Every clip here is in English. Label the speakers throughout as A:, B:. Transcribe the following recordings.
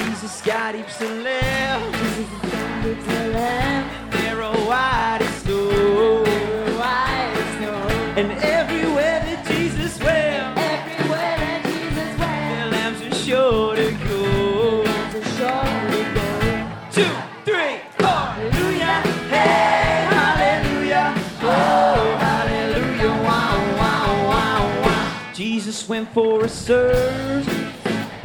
A: wide heaps of left.
B: Jesus is under the lamp.
A: There are wide as snow.
B: Why is no
A: And everywhere that Jesus went,
B: everywhere that Jesus
A: their
B: went?
A: lambs are sure to go.
B: To show we go.
A: Two, three, four. Hallelujah. Hey, hallelujah. Oh, hallelujah. Wow, wow, wow, wow. Jesus went for a surge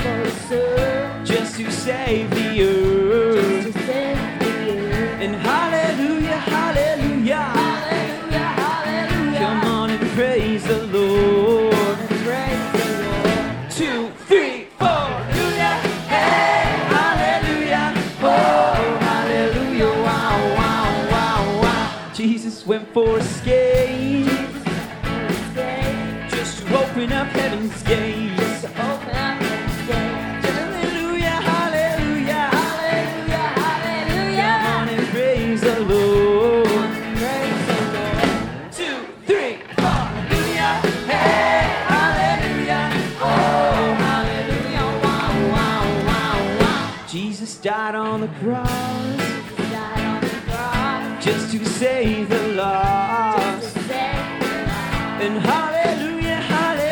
B: Closer
A: just to save the earth.
B: to save you.
A: And hallelujah, hallelujah.
B: Hallelujah, hallelujah.
A: Come on and praise the Lord.
B: and praise the Lord.
A: two, three, four. Hallelujah, hey, hallelujah, oh, hallelujah, wow, wow, wow, wow. Jesus went for a skate
B: Let's pray.
A: just to open up heaven's gates.
B: So open up the gate.
A: Hallelujah, hallelujah,
B: Hallelujah,
A: come
B: hallelujah.
A: on and praise the Lord.
B: Praise the Lord.
A: Two, three, four. Hallelujah, hey, hallelujah, oh, hallelujah, wow, wow, wow, wow. Jesus died on the cross.
B: He died on the cross
A: just to save the lost.
B: to save the lost.
A: And hallelujah, hallelujah.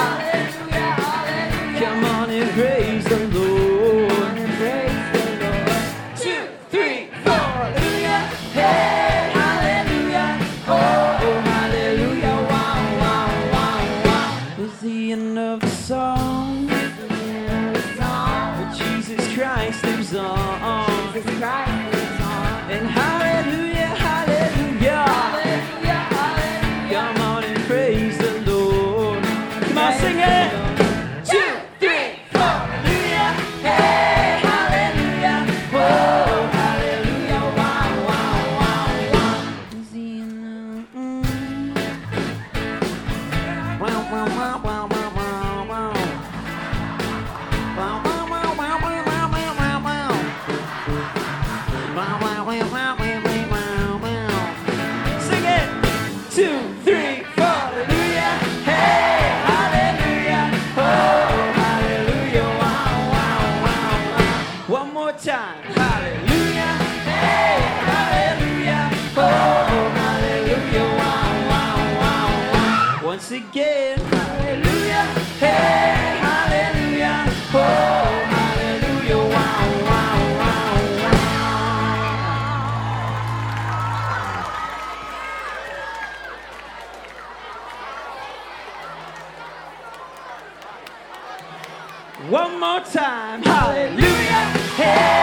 B: Hallelujah, hallelujah.
A: Come on and praise the Lord.
B: And praise the Lord.
A: Two, three, four. Hallelujah, hey, hallelujah. Oh, oh, hallelujah, wow, wow, wow, wow. It's the end of the song.
B: Singing a song.
A: But Jesus Christ lives on.
B: Jesus Christ is on.
A: And hallelujah, hallelujah.
B: Hallelujah, hallelujah.
A: Come on and praise the Lord. Come on, sing it. Two, three, four. Hallelujah. Hey, hallelujah. Whoa, hallelujah. Wow, wow, wow, wow. Is he in the- mm. Wow, wow, wow, wow, wow, wow, wow. Wow, wow, wow, wow, wow, wow, wow, wow, wow. Wow, wow, wow, wow, wow, wow, wow, wow. Sing it. Two, three, four. Hallelujah. Hey, hallelujah. Oh, hallelujah. Wow, wow, wow, wow. One more time. Hallelujah. Hey, hallelujah. Oh, hallelujah. Wow, wow, wow, wow. Once again. Hallelujah. Hey, hallelujah. Oh, hallelujah. Wow, wow, wow, wow. One more time. Hallelujah. Hey.